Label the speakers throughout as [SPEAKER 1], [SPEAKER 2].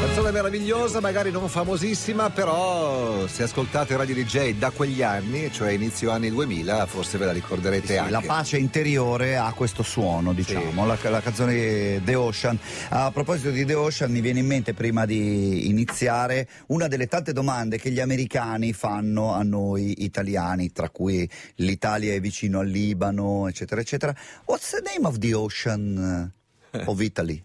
[SPEAKER 1] canzone meravigliosa, magari non famosissima, però se ascoltate Radio DJ da quegli anni, cioè inizio anni 2000, forse ve la ricorderete
[SPEAKER 2] Sì,
[SPEAKER 1] anche.
[SPEAKER 2] La pace interiore ha questo suono, diciamo, la, la canzone The Ocean. A proposito di The Ocean, mi viene in mente prima di iniziare una delle tante domande che gli americani fanno a noi italiani, tra cui l'Italia è vicino al Libano, eccetera, eccetera. What's the name of the ocean uh, of Italy?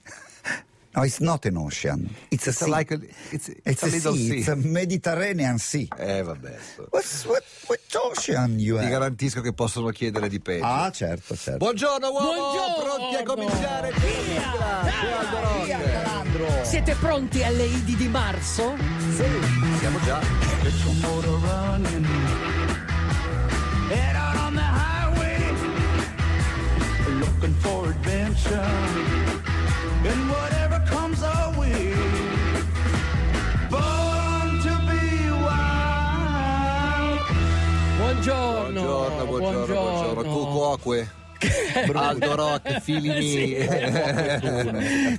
[SPEAKER 2] No, it's not an ocean. It's a
[SPEAKER 1] It's
[SPEAKER 2] sea.
[SPEAKER 1] like a- it's- it's a little
[SPEAKER 2] sea.
[SPEAKER 1] sea.
[SPEAKER 2] It's a Mediterranean sea.
[SPEAKER 1] Eh vabbè.
[SPEAKER 2] What's, what, what ocean you
[SPEAKER 1] Ti
[SPEAKER 2] have?
[SPEAKER 1] garantisco che possono chiedere di peggio.
[SPEAKER 2] Ah, certo, certo.
[SPEAKER 1] Buongiorno uomo,
[SPEAKER 3] Buongiorno.
[SPEAKER 1] pronti a cominciare? Grazie Aldo
[SPEAKER 2] Via,
[SPEAKER 1] Rock.
[SPEAKER 2] Calandro!
[SPEAKER 3] Siete pronti alle Idi di marzo?
[SPEAKER 1] Siamo già.
[SPEAKER 4] Head out on the highway, looking for adventure. And whatever comes our way, born to be wild.
[SPEAKER 3] Buongiorno.
[SPEAKER 1] Buongiorno, buongiorno, buongiorno. Cuco Acque. Aldo Rock,
[SPEAKER 3] Sì.
[SPEAKER 1] Filini.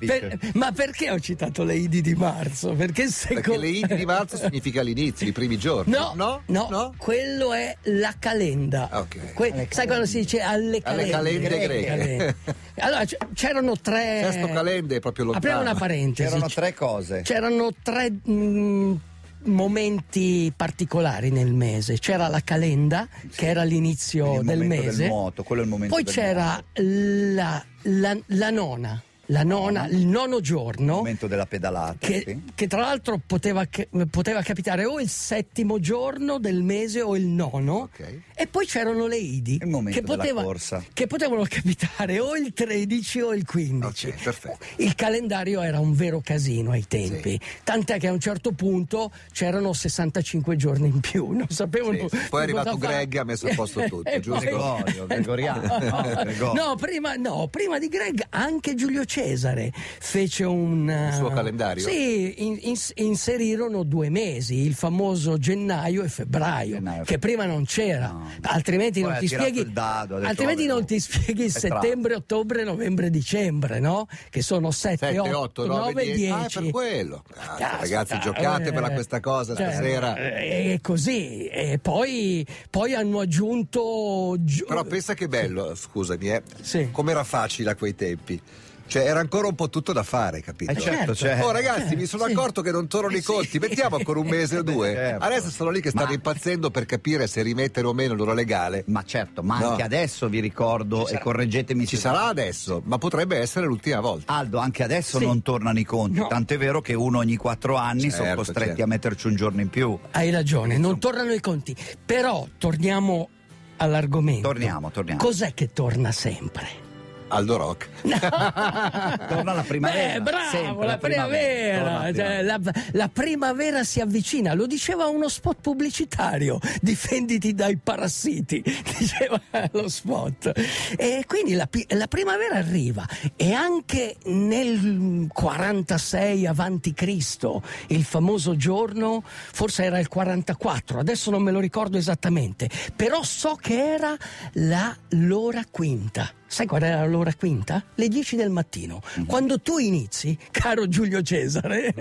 [SPEAKER 3] Per- ma perché ho citato le Idi di marzo? Perché se
[SPEAKER 1] Perché le Idi di marzo significa l'inizio, i primi giorni.
[SPEAKER 3] No, no, no, quello è la calenda.
[SPEAKER 1] Ah, ok.
[SPEAKER 3] Que- sai quando si dice alle
[SPEAKER 1] Alle
[SPEAKER 3] calende?
[SPEAKER 1] calende
[SPEAKER 3] Calende.
[SPEAKER 1] greche.
[SPEAKER 3] Allora c- c'erano tre.
[SPEAKER 1] Sesto calende è proprio lontano.
[SPEAKER 3] Eh. Apriamo una parentesi.
[SPEAKER 2] C'erano
[SPEAKER 3] C-
[SPEAKER 2] tre cose.
[SPEAKER 3] C'erano tre mh, momenti particolari nel mese. C'era la calenda, che era l'inizio
[SPEAKER 2] Quindi il
[SPEAKER 3] del
[SPEAKER 2] momento del
[SPEAKER 3] mese.
[SPEAKER 2] nuoto, quello è il momento
[SPEAKER 3] Poi
[SPEAKER 2] del
[SPEAKER 3] c'era la, la- la nona, la nona, il nono
[SPEAKER 2] Il
[SPEAKER 3] giorno.
[SPEAKER 2] momento della pedalata.
[SPEAKER 3] Che,
[SPEAKER 2] sì.
[SPEAKER 3] che tra l'altro poteva, che- poteva capitare o il settimo giorno del mese o il nono
[SPEAKER 1] Ok.
[SPEAKER 3] e poi c'erano le idi
[SPEAKER 2] Il momento
[SPEAKER 3] che,
[SPEAKER 2] della corsa.
[SPEAKER 3] che potevano capitare o il 13 o il 15
[SPEAKER 1] Ok, perfetto.
[SPEAKER 3] il calendario era un vero casino ai tempi tant'è che a un certo punto c'erano 65 giorni in più non sapevano
[SPEAKER 1] Sì, sì. Poi è
[SPEAKER 3] che
[SPEAKER 1] arrivato
[SPEAKER 3] cosa fare.
[SPEAKER 1] Greg e ha messo a posto tutto,
[SPEAKER 3] E
[SPEAKER 1] giusto?
[SPEAKER 2] Gregorio, Gregoriano, no,
[SPEAKER 3] no,
[SPEAKER 2] Gregorio.
[SPEAKER 3] no, prima, no, prima di Greg anche Giulio Cesare fece un... eh,
[SPEAKER 1] suo calendario?
[SPEAKER 3] Sì, in- ins- inserirono due mesi, il famoso gennaio e febbraio,
[SPEAKER 2] Gennaio.
[SPEAKER 3] che prima non c'era,
[SPEAKER 2] No.
[SPEAKER 3] altrimenti
[SPEAKER 2] Poi
[SPEAKER 3] non
[SPEAKER 2] ha
[SPEAKER 3] ti
[SPEAKER 2] tirato
[SPEAKER 3] spieghi...
[SPEAKER 2] il dado, ha detto,
[SPEAKER 3] altrimenti
[SPEAKER 2] "Vabbè,
[SPEAKER 3] non
[SPEAKER 2] oh,
[SPEAKER 3] ti spieghi
[SPEAKER 2] è
[SPEAKER 3] settembre, ottobre, novembre, dicembre, no? Che sono 7,
[SPEAKER 1] 7,
[SPEAKER 3] 8, 9, 10.
[SPEAKER 1] Ah, è per quello. Cazzo,
[SPEAKER 3] Caspita,
[SPEAKER 1] ragazzi, giocatevela questa cosa
[SPEAKER 3] cioè,
[SPEAKER 1] stasera.
[SPEAKER 3] eh, È così. E poi, poi hanno aggiunto. gio-
[SPEAKER 1] Però pensa che bello, scusami, eh,
[SPEAKER 3] Sì.
[SPEAKER 1] com'era facile a quei tempi. Cioè, era ancora un po' tutto da fare, capito?
[SPEAKER 2] Eh, certo, certo.
[SPEAKER 1] Oh, ragazzi, mi sono
[SPEAKER 3] sì.
[SPEAKER 1] accorto che non tornano i
[SPEAKER 3] Eh, sì.
[SPEAKER 1] conti. Mettiamo ancora un mese o due.
[SPEAKER 2] certo.
[SPEAKER 1] Adesso sono lì che stanno
[SPEAKER 2] Ma-
[SPEAKER 1] impazzendo per capire se rimettere o meno l'ora legale.
[SPEAKER 2] Ma certo, ma
[SPEAKER 1] No.
[SPEAKER 2] anche adesso vi ricordo e correggetemi
[SPEAKER 1] Ci
[SPEAKER 2] se-
[SPEAKER 1] sarà adesso, ma potrebbe essere l'ultima volta.
[SPEAKER 2] Aldo, anche adesso
[SPEAKER 3] Sì.
[SPEAKER 2] non tornano i conti,
[SPEAKER 3] No.
[SPEAKER 2] tant'è vero che uno ogni quattro anni sono
[SPEAKER 1] Certo,
[SPEAKER 2] costretti
[SPEAKER 1] certo.
[SPEAKER 2] a metterci un giorno in più.
[SPEAKER 3] Hai ragione, non tornano i conti. Però torniamo all'argomento.
[SPEAKER 2] Torniamo, torniamo.
[SPEAKER 3] Cos'è che torna sempre?
[SPEAKER 1] Aldo Rock.
[SPEAKER 2] Torna la primavera.
[SPEAKER 3] Beh, bravo,
[SPEAKER 2] sempre
[SPEAKER 3] la primavera.
[SPEAKER 2] torna la
[SPEAKER 3] cioè,
[SPEAKER 2] primavera.
[SPEAKER 3] la, la primavera si avvicina, lo diceva uno spot pubblicitario. Difenditi dai parassiti, diceva lo spot. E quindi la, pi- la primavera arriva e anche nel 46 avanti Cristo, il famoso giorno, forse era il 44, adesso non me lo ricordo esattamente, però so che era la- l'ora quinta. Sai qual era l'ora quinta? Le 10 del mattino.
[SPEAKER 1] Mm.
[SPEAKER 3] Quando tu inizi, caro Giulio Cesare,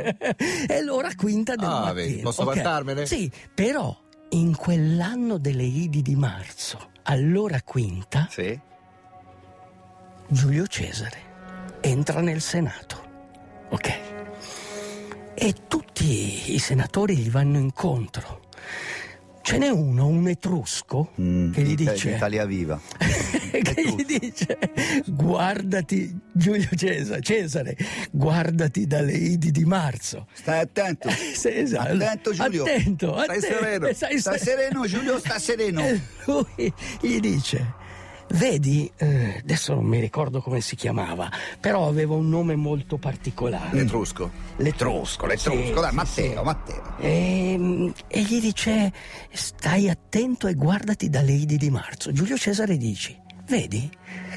[SPEAKER 3] è l'ora quinta del
[SPEAKER 1] Ah,
[SPEAKER 3] mattino.
[SPEAKER 1] vedi, posso
[SPEAKER 3] ok?
[SPEAKER 1] vantarmene?
[SPEAKER 3] Sì, però in quell'anno delle Idi di marzo, all'ora quinta,
[SPEAKER 2] Sì.
[SPEAKER 3] Giulio Cesare entra nel Senato. Ok. E tutti i senatori gli vanno incontro. Ce n'è uno, un etrusco,
[SPEAKER 2] Mm,
[SPEAKER 1] Eh,
[SPEAKER 3] che gli
[SPEAKER 2] Ita-
[SPEAKER 3] dice...
[SPEAKER 2] Italia Viva.
[SPEAKER 3] che gli dice guardati Giulio Cesare, Cesare guardati dalle Idi di marzo
[SPEAKER 2] Stai attento.
[SPEAKER 3] Sì, esatto.
[SPEAKER 2] Attento Giulio.
[SPEAKER 3] attento,
[SPEAKER 1] Stai
[SPEAKER 3] attento,
[SPEAKER 1] sereno,
[SPEAKER 2] Sta sereno Giulio, sta sereno.
[SPEAKER 3] e lui gli dice: Vedi, eh, adesso non mi ricordo come si chiamava, però aveva un nome molto particolare.
[SPEAKER 1] L'etrusco.
[SPEAKER 2] L'etrusco, l'etrusco,
[SPEAKER 3] Sì,
[SPEAKER 2] dai,
[SPEAKER 3] sì,
[SPEAKER 2] Matteo,
[SPEAKER 3] sì.
[SPEAKER 2] Matteo.
[SPEAKER 3] E, Ehm, e gli dice: Stai attento e guardati dalle Idi di marzo. Giulio Cesare dice: Vedi,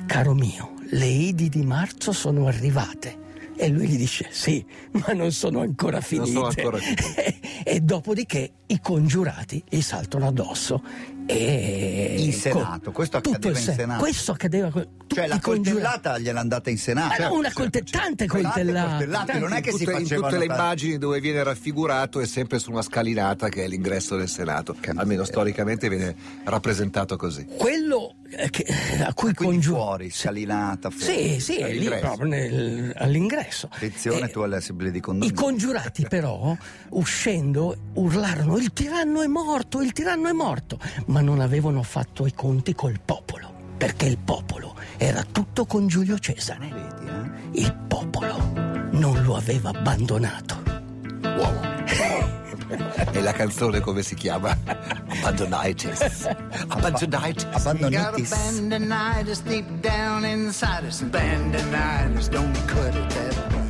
[SPEAKER 3] caro mio, le Idi di marzo sono arrivate. E lui gli dice: Sì, ma non sono ancora
[SPEAKER 1] Non
[SPEAKER 3] finite.
[SPEAKER 1] sono ancora finite.
[SPEAKER 3] e dopodiché i congiurati gli saltano addosso. E...
[SPEAKER 2] In Senato, questo
[SPEAKER 3] tutto
[SPEAKER 2] accadeva
[SPEAKER 3] il
[SPEAKER 2] in Senato.
[SPEAKER 3] Questo accadeva. con-
[SPEAKER 2] Cioè
[SPEAKER 3] tutti
[SPEAKER 2] la
[SPEAKER 3] congiurati.
[SPEAKER 2] coltellata gliel'ha andata in Senato. Cioè,
[SPEAKER 3] Ma no, una colte- tante coltellate.
[SPEAKER 2] coltellate, non è che si
[SPEAKER 1] Tutte- in
[SPEAKER 2] facevano
[SPEAKER 1] tutte le
[SPEAKER 2] tanto.
[SPEAKER 1] immagini dove viene raffigurato è sempre su una scalinata che è l'ingresso del Senato, che almeno storicamente viene rappresentato così.
[SPEAKER 3] Quello eh, che- a cui
[SPEAKER 2] Quindi
[SPEAKER 3] congiura.
[SPEAKER 2] fuori, scalinata, fuori.
[SPEAKER 3] Sì, sì, è lì
[SPEAKER 1] Eh, All'ingresso.
[SPEAKER 3] proprio nel- all'ingresso.
[SPEAKER 2] Attenzione
[SPEAKER 3] Eh,
[SPEAKER 2] tu alle assemblee di
[SPEAKER 3] I
[SPEAKER 2] condominio.
[SPEAKER 3] congiurati però, uscendo, urlarono il tiranno è morto, il tiranno è morto, ma non avevano fatto i conti col popolo, perché il popolo era tutto con Giulio Cesare.
[SPEAKER 2] Vedi, eh?
[SPEAKER 3] Il popolo non lo aveva abbandonato.
[SPEAKER 1] E la canzone come si chiama? Abbandonitis. Abbandonitis.
[SPEAKER 2] Abbandonitis.
[SPEAKER 4] Bandinitis deep down inside us. Bandinitis don't cut it that way.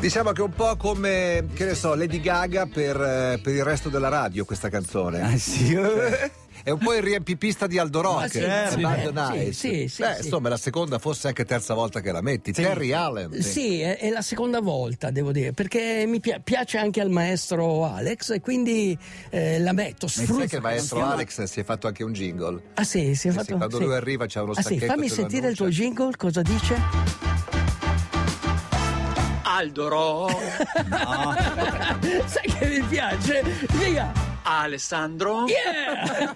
[SPEAKER 1] Diciamo che è un po' come, che ne so, Lady Gaga per, eh, per il resto della radio questa
[SPEAKER 2] Ah,
[SPEAKER 1] canzone.
[SPEAKER 2] sì, eh.
[SPEAKER 1] È un po' il riempipista di Aldo Rock,
[SPEAKER 3] Ah, sì,
[SPEAKER 1] eh,
[SPEAKER 3] sì,
[SPEAKER 1] Abbandonitis.
[SPEAKER 3] sì, sì,
[SPEAKER 1] Beh,
[SPEAKER 3] sì.
[SPEAKER 1] insomma, è la seconda, forse anche terza volta che la metti. Terry Allen.
[SPEAKER 3] Sì, è, è la seconda volta, devo dire, perché mi pia- piace anche al maestro Alex e quindi eh, la metto.
[SPEAKER 1] Ma
[SPEAKER 3] Sfrutto.
[SPEAKER 1] sai che il maestro Alex si è fatto anche un jingle?
[SPEAKER 3] Ah sì, si
[SPEAKER 1] Sì,
[SPEAKER 3] è fatto...
[SPEAKER 1] sì, quando lui arriva c'ha uno
[SPEAKER 3] Ah sì,
[SPEAKER 1] sacchetto,
[SPEAKER 3] fammi
[SPEAKER 1] te lo
[SPEAKER 3] sentire il tuo
[SPEAKER 1] annuncia.
[SPEAKER 3] jingle, cosa dice?
[SPEAKER 5] Aldo Ro,
[SPEAKER 1] Ah.
[SPEAKER 3] Sai che mi piace? Diga,
[SPEAKER 5] Alessandro.
[SPEAKER 3] yeah!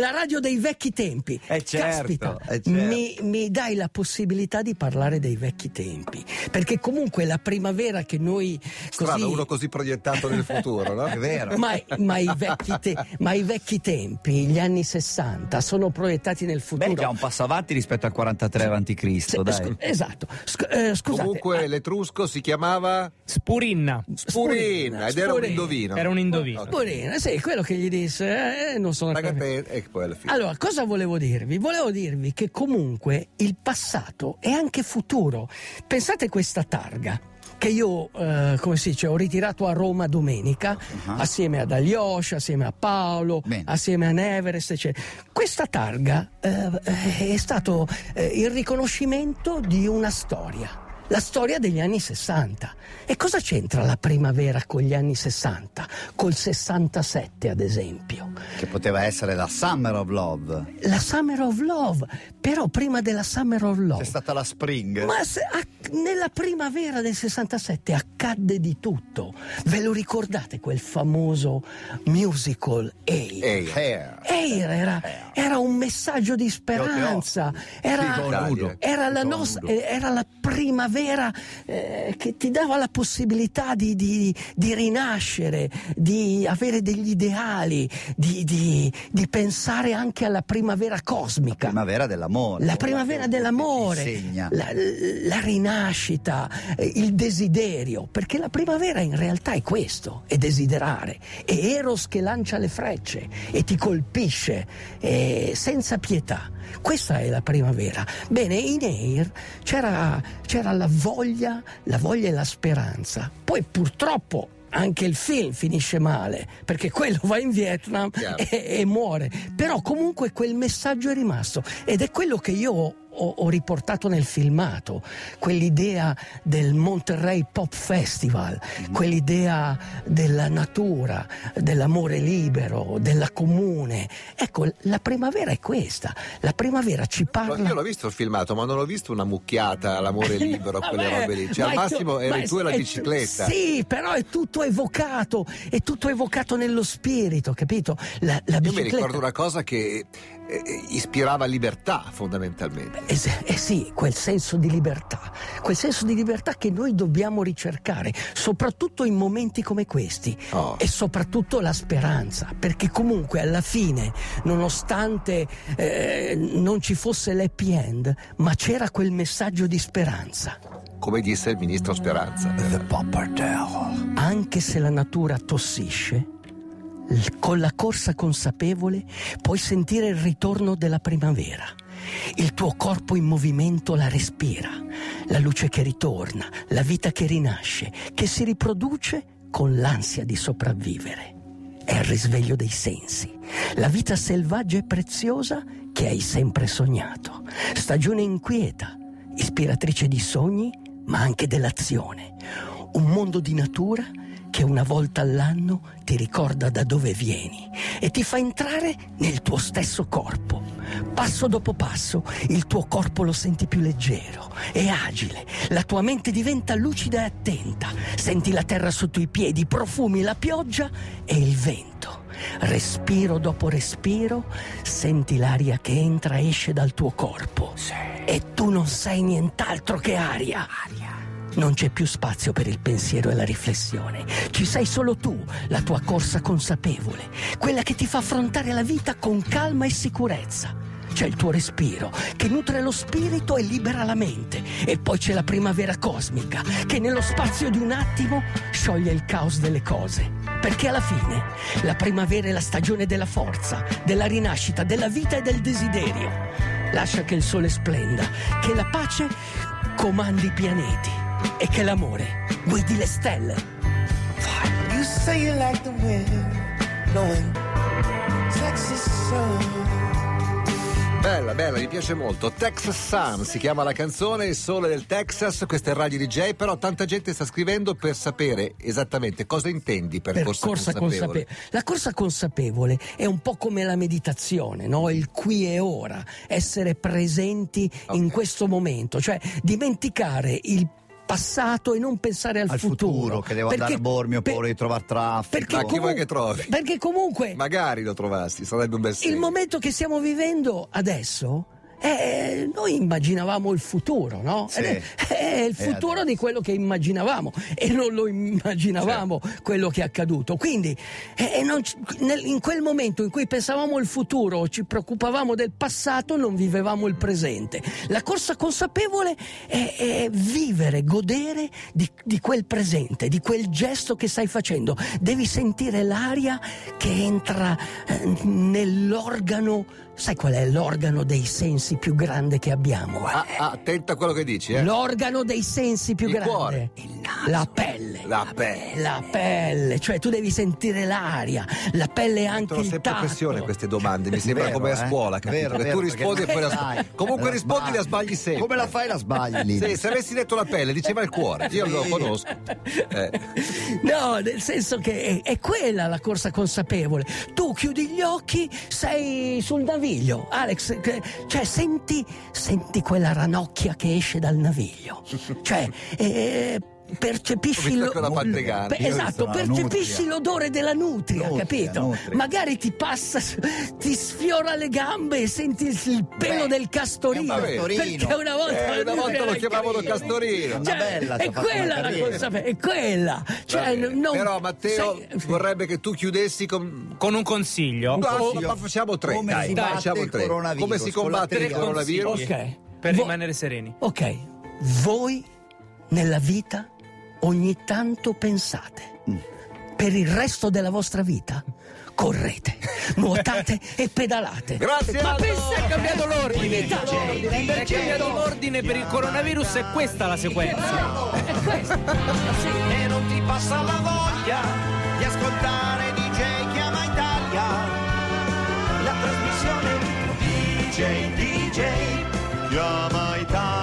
[SPEAKER 3] la radio dei vecchi tempi.
[SPEAKER 2] Eh, certo,
[SPEAKER 3] Caspita,
[SPEAKER 2] eh, certo.
[SPEAKER 3] Mi, mi dai la possibilità di parlare dei vecchi tempi. Perché comunque la primavera che noi...
[SPEAKER 1] Strano,
[SPEAKER 3] così-
[SPEAKER 1] uno così proiettato nel futuro, no?
[SPEAKER 2] È vero.
[SPEAKER 3] Ma, ma i vecchi te- ma i vecchi tempi, gli anni 60, sono proiettati nel
[SPEAKER 2] Beh,
[SPEAKER 3] futuro.
[SPEAKER 2] è già un passo avanti rispetto al 43 avanti Cristo,
[SPEAKER 3] Se-
[SPEAKER 2] dai.
[SPEAKER 3] scu- esatto. Sc- eh, scusate.
[SPEAKER 1] Comunque l'etrusco si chiamava
[SPEAKER 6] Spurinna.
[SPEAKER 1] Spurina ed era un
[SPEAKER 3] Spurina.
[SPEAKER 1] indovino.
[SPEAKER 6] Era un indovino.
[SPEAKER 1] Ok.
[SPEAKER 3] Morena, sì, quello che gli disse, eh, non sono
[SPEAKER 1] Ragazzi, ecco poi alla fine.
[SPEAKER 3] Allora, cosa volevo dirvi? Volevo dirvi che comunque il passato è anche futuro. Pensate a questa targa che io, eh, come si dice, ho ritirato a Roma domenica
[SPEAKER 2] Ah.
[SPEAKER 3] assieme ad Aliosha, assieme a Paolo,
[SPEAKER 2] Bene.
[SPEAKER 3] assieme a Neverest, eccetera. Questa targa eh, è stato eh, il riconoscimento di una storia. La storia degli anni 60. E cosa c'entra la primavera con gli anni 60? Col 67, ad esempio.
[SPEAKER 2] Che poteva essere la Summer of Love.
[SPEAKER 3] La Summer of Love, però prima della Summer of
[SPEAKER 2] C'è
[SPEAKER 3] Love.
[SPEAKER 2] stata la Spring.
[SPEAKER 3] Ma se- a- nella primavera del 67 accadde di tutto. Ve lo ricordate quel famoso musical Air?
[SPEAKER 1] Ehi,
[SPEAKER 2] Hair.
[SPEAKER 3] Air era, era un messaggio di speranza,
[SPEAKER 1] Sì,
[SPEAKER 3] era,
[SPEAKER 1] dai,
[SPEAKER 2] nudo.
[SPEAKER 1] eh.
[SPEAKER 3] era la,
[SPEAKER 2] Dico
[SPEAKER 3] nostra,
[SPEAKER 2] nudo.
[SPEAKER 3] eh, era la primavera eh, che ti dava la possibilità di, di- di rinascere, di avere degli ideali, di, di- di pensare anche alla primavera cosmica.
[SPEAKER 2] Primavera dell'amore.
[SPEAKER 3] La primavera dell'amore,
[SPEAKER 2] Insegna.
[SPEAKER 3] la, la rinascita, eh, il desiderio, perché la primavera in realtà è questo, è desiderare, è Eros che lancia le frecce e ti colpisce eh, senza pietà. Questa è la primavera. Bene, in Air c'era, c'era la voglia, la voglia e la speranza. Poi purtroppo anche il film finisce male perché quello va in Vietnam
[SPEAKER 1] Chiaro.
[SPEAKER 3] e, e muore. Però comunque quel messaggio è rimasto ed è quello che io ho, ho riportato nel filmato, quell'idea del Monterrey Pop Festival,
[SPEAKER 1] Mm.
[SPEAKER 3] quell'idea della natura, dell'amore libero, della comune. Ecco, la primavera è questa, la primavera ci
[SPEAKER 1] Ma
[SPEAKER 3] parla...
[SPEAKER 1] Io l'ho visto il filmato, ma non ho visto una mucchiata all'amore libero, quelle
[SPEAKER 3] Vabbè,
[SPEAKER 1] robe lì. Cioè,
[SPEAKER 3] ma
[SPEAKER 1] al
[SPEAKER 3] è tu-
[SPEAKER 1] massimo
[SPEAKER 3] ma
[SPEAKER 1] eri
[SPEAKER 3] è-
[SPEAKER 1] tu e la
[SPEAKER 3] è tu-
[SPEAKER 1] bicicletta.
[SPEAKER 3] Sì, però è tutto evocato, è tutto evocato nello spirito, capito? La, la
[SPEAKER 1] Io mi ricordo
[SPEAKER 3] bicicletta.
[SPEAKER 1] una cosa che eh, eh, ispirava libertà, fondamentalmente.
[SPEAKER 3] Eh s- eh sì, quel senso di libertà, quel senso di libertà che noi dobbiamo ricercare, soprattutto in momenti come questi
[SPEAKER 1] Oh.
[SPEAKER 3] e soprattutto la speranza, perché comunque alla fine, nonostante eh, non ci fosse l'happy end, ma c'era quel messaggio di speranza.
[SPEAKER 1] Come disse il ministro Speranza.
[SPEAKER 2] The Popper Tale.
[SPEAKER 3] Mm. Anche se la natura tossisce, l- con la corsa consapevole puoi sentire il ritorno della primavera. Il tuo corpo in movimento la respira, la luce che ritorna, la vita che rinasce, che si riproduce con l'ansia di sopravvivere. È il risveglio dei sensi, la vita selvaggia e preziosa che hai sempre sognato, stagione inquieta, ispiratrice di sogni ma anche dell'azione, un mondo di natura che una volta all'anno ti ricorda da dove vieni e ti fa entrare nel tuo stesso corpo. Passo dopo passo il tuo corpo lo senti più leggero e agile, la tua mente diventa lucida e attenta, senti la terra sotto i piedi, profumi la pioggia e il vento. Respiro dopo respiro senti l'aria che entra e esce dal tuo corpo e tu non sei nient'altro che aria. Non c'è più spazio per il pensiero e la riflessione. Ci sei solo tu, la tua corsa consapevole, quella che ti fa affrontare la vita con calma e sicurezza. C'è il tuo respiro che nutre lo spirito e libera la mente. E poi c'è la primavera cosmica che nello spazio di un attimo scioglie il caos delle cose. Perché alla fine la primavera è la stagione della forza, della rinascita, della vita e del desiderio. Lascia che il sole splenda, che la pace comandi i pianeti e che l'amore guidi le stelle.
[SPEAKER 6] You say you like the wind blowing Texas sun.
[SPEAKER 1] Bella, bella, mi piace molto. Texas Sun si chiama la canzone, il sole del Texas, questo è il Radio DJ, però tanta gente sta scrivendo per sapere esattamente cosa intendi per, corsa, consapevole.
[SPEAKER 3] La corsa consapevole è un po' come la meditazione, no? il qui e ora, essere presenti in
[SPEAKER 1] Ok.
[SPEAKER 3] questo momento, cioè dimenticare il passato e non pensare al,
[SPEAKER 2] Al futuro, che devo andare a Bormio,
[SPEAKER 3] per-
[SPEAKER 2] poi trovare traffico.
[SPEAKER 3] perché
[SPEAKER 1] Ma chi vuoi
[SPEAKER 3] comu-
[SPEAKER 1] che trovi?
[SPEAKER 3] Perché comunque
[SPEAKER 1] Magari lo trovassi, sarebbe un bel segno.
[SPEAKER 3] il momento che stiamo vivendo adesso eh, noi immaginavamo il futuro, no?
[SPEAKER 2] Sì.
[SPEAKER 3] Eh, È
[SPEAKER 2] E
[SPEAKER 3] il futuro
[SPEAKER 2] adesso?
[SPEAKER 3] di quello che immaginavamo e non lo immaginavamo quello che è accaduto. Quindi eh, non ci- nel- in quel momento in cui pensavamo al futuro, ci preoccupavamo del passato, non vivevamo il presente. La corsa consapevole è, è vivere, godere di, di quel presente, di quel gesto che stai facendo. Devi sentire l'aria che entra eh, nell'organo, sai qual è l'organo dei sensi più grande che abbiamo?
[SPEAKER 1] Ah, ah, attenta a quello che dici, eh.
[SPEAKER 3] L'organo dei sensi più
[SPEAKER 1] Il
[SPEAKER 3] grande.
[SPEAKER 1] cuore.
[SPEAKER 3] La pelle.
[SPEAKER 1] La pelle.
[SPEAKER 3] La pelle. Cioè tu devi sentire l'aria. La pelle è anche
[SPEAKER 1] Mettono
[SPEAKER 3] il
[SPEAKER 1] sempre
[SPEAKER 3] tatto.
[SPEAKER 1] pressione queste domande, mi sembra
[SPEAKER 2] Vero,
[SPEAKER 1] come a
[SPEAKER 2] eh?
[SPEAKER 1] scuola, capito?
[SPEAKER 2] Vero,
[SPEAKER 1] Che
[SPEAKER 2] vero,
[SPEAKER 1] tu rispondi e
[SPEAKER 2] perché
[SPEAKER 1] poi la
[SPEAKER 2] non
[SPEAKER 1] sbagli.
[SPEAKER 2] sai.
[SPEAKER 1] Comunque
[SPEAKER 2] La
[SPEAKER 1] rispondi e la sbagli sempre.
[SPEAKER 2] Come la fai la sbagli lì?
[SPEAKER 1] Sì, se avessi detto la pelle, diceva il cuore, io lo
[SPEAKER 2] Sì.
[SPEAKER 1] conosco. Eh.
[SPEAKER 3] No, nel senso che è, è quella la corsa consapevole. Tu chiudi gli occhi, sei sul naviglio, Alex. che- Cioè, senti, senti quella ranocchia che esce dal naviglio. Cioè, eh,
[SPEAKER 1] Ho
[SPEAKER 3] percepisci
[SPEAKER 1] visto anche una pantegana.
[SPEAKER 3] Beh,
[SPEAKER 2] Io ho
[SPEAKER 3] esatto,
[SPEAKER 2] visto una
[SPEAKER 3] percepisci
[SPEAKER 2] nutria.
[SPEAKER 3] l'odore della nutria,
[SPEAKER 2] Nutria,
[SPEAKER 3] capito?
[SPEAKER 2] nutria.
[SPEAKER 3] Magari ti passa, su- ti sfiora le gambe e senti il- il pelo
[SPEAKER 2] Beh,
[SPEAKER 3] del castorino.
[SPEAKER 2] è un
[SPEAKER 1] castorino.
[SPEAKER 3] Perché una volta,
[SPEAKER 1] Eh,
[SPEAKER 3] la
[SPEAKER 1] una
[SPEAKER 3] nutria
[SPEAKER 1] volta
[SPEAKER 3] era
[SPEAKER 1] lo
[SPEAKER 3] il
[SPEAKER 1] chiamavano Castorino.
[SPEAKER 2] Una bella, ci ha
[SPEAKER 3] Cioè, è
[SPEAKER 2] fatto una
[SPEAKER 3] quella la
[SPEAKER 2] carriera.
[SPEAKER 3] consapevolezza, è quella. Cioè,
[SPEAKER 1] Va bene.
[SPEAKER 3] n- non-
[SPEAKER 1] Però Matteo
[SPEAKER 3] sai-
[SPEAKER 1] vorrebbe che tu chiudessi con.
[SPEAKER 7] Con un consiglio.
[SPEAKER 1] Ma-
[SPEAKER 2] consiglio.
[SPEAKER 1] ma facciamo tre.
[SPEAKER 2] Oh, Come
[SPEAKER 1] dai,
[SPEAKER 2] si batte
[SPEAKER 1] facciamo
[SPEAKER 2] il
[SPEAKER 1] tre.
[SPEAKER 2] coronavirus?
[SPEAKER 1] Come si
[SPEAKER 2] Con la
[SPEAKER 1] combatte il
[SPEAKER 7] tre consigli.
[SPEAKER 1] coronavirus?
[SPEAKER 3] Ok.
[SPEAKER 7] Per
[SPEAKER 3] Vo-
[SPEAKER 7] rimanere sereni.
[SPEAKER 3] Ok, voi nella vita ogni tanto pensate.
[SPEAKER 2] Mm.
[SPEAKER 3] Per il resto della vostra vita correte, nuotate e pedalate.
[SPEAKER 1] Grazie,
[SPEAKER 3] Ma
[SPEAKER 1] Aldo!
[SPEAKER 3] pensa
[SPEAKER 7] È cambiato l'ordine.
[SPEAKER 3] Unità.
[SPEAKER 7] È cambiato l'ordine per il coronavirus e questa la sequenza.
[SPEAKER 6] E non ti passa la voglia di ascoltare DJ Chiama Italia. La trasmissione DJ DJ Chiama Italia.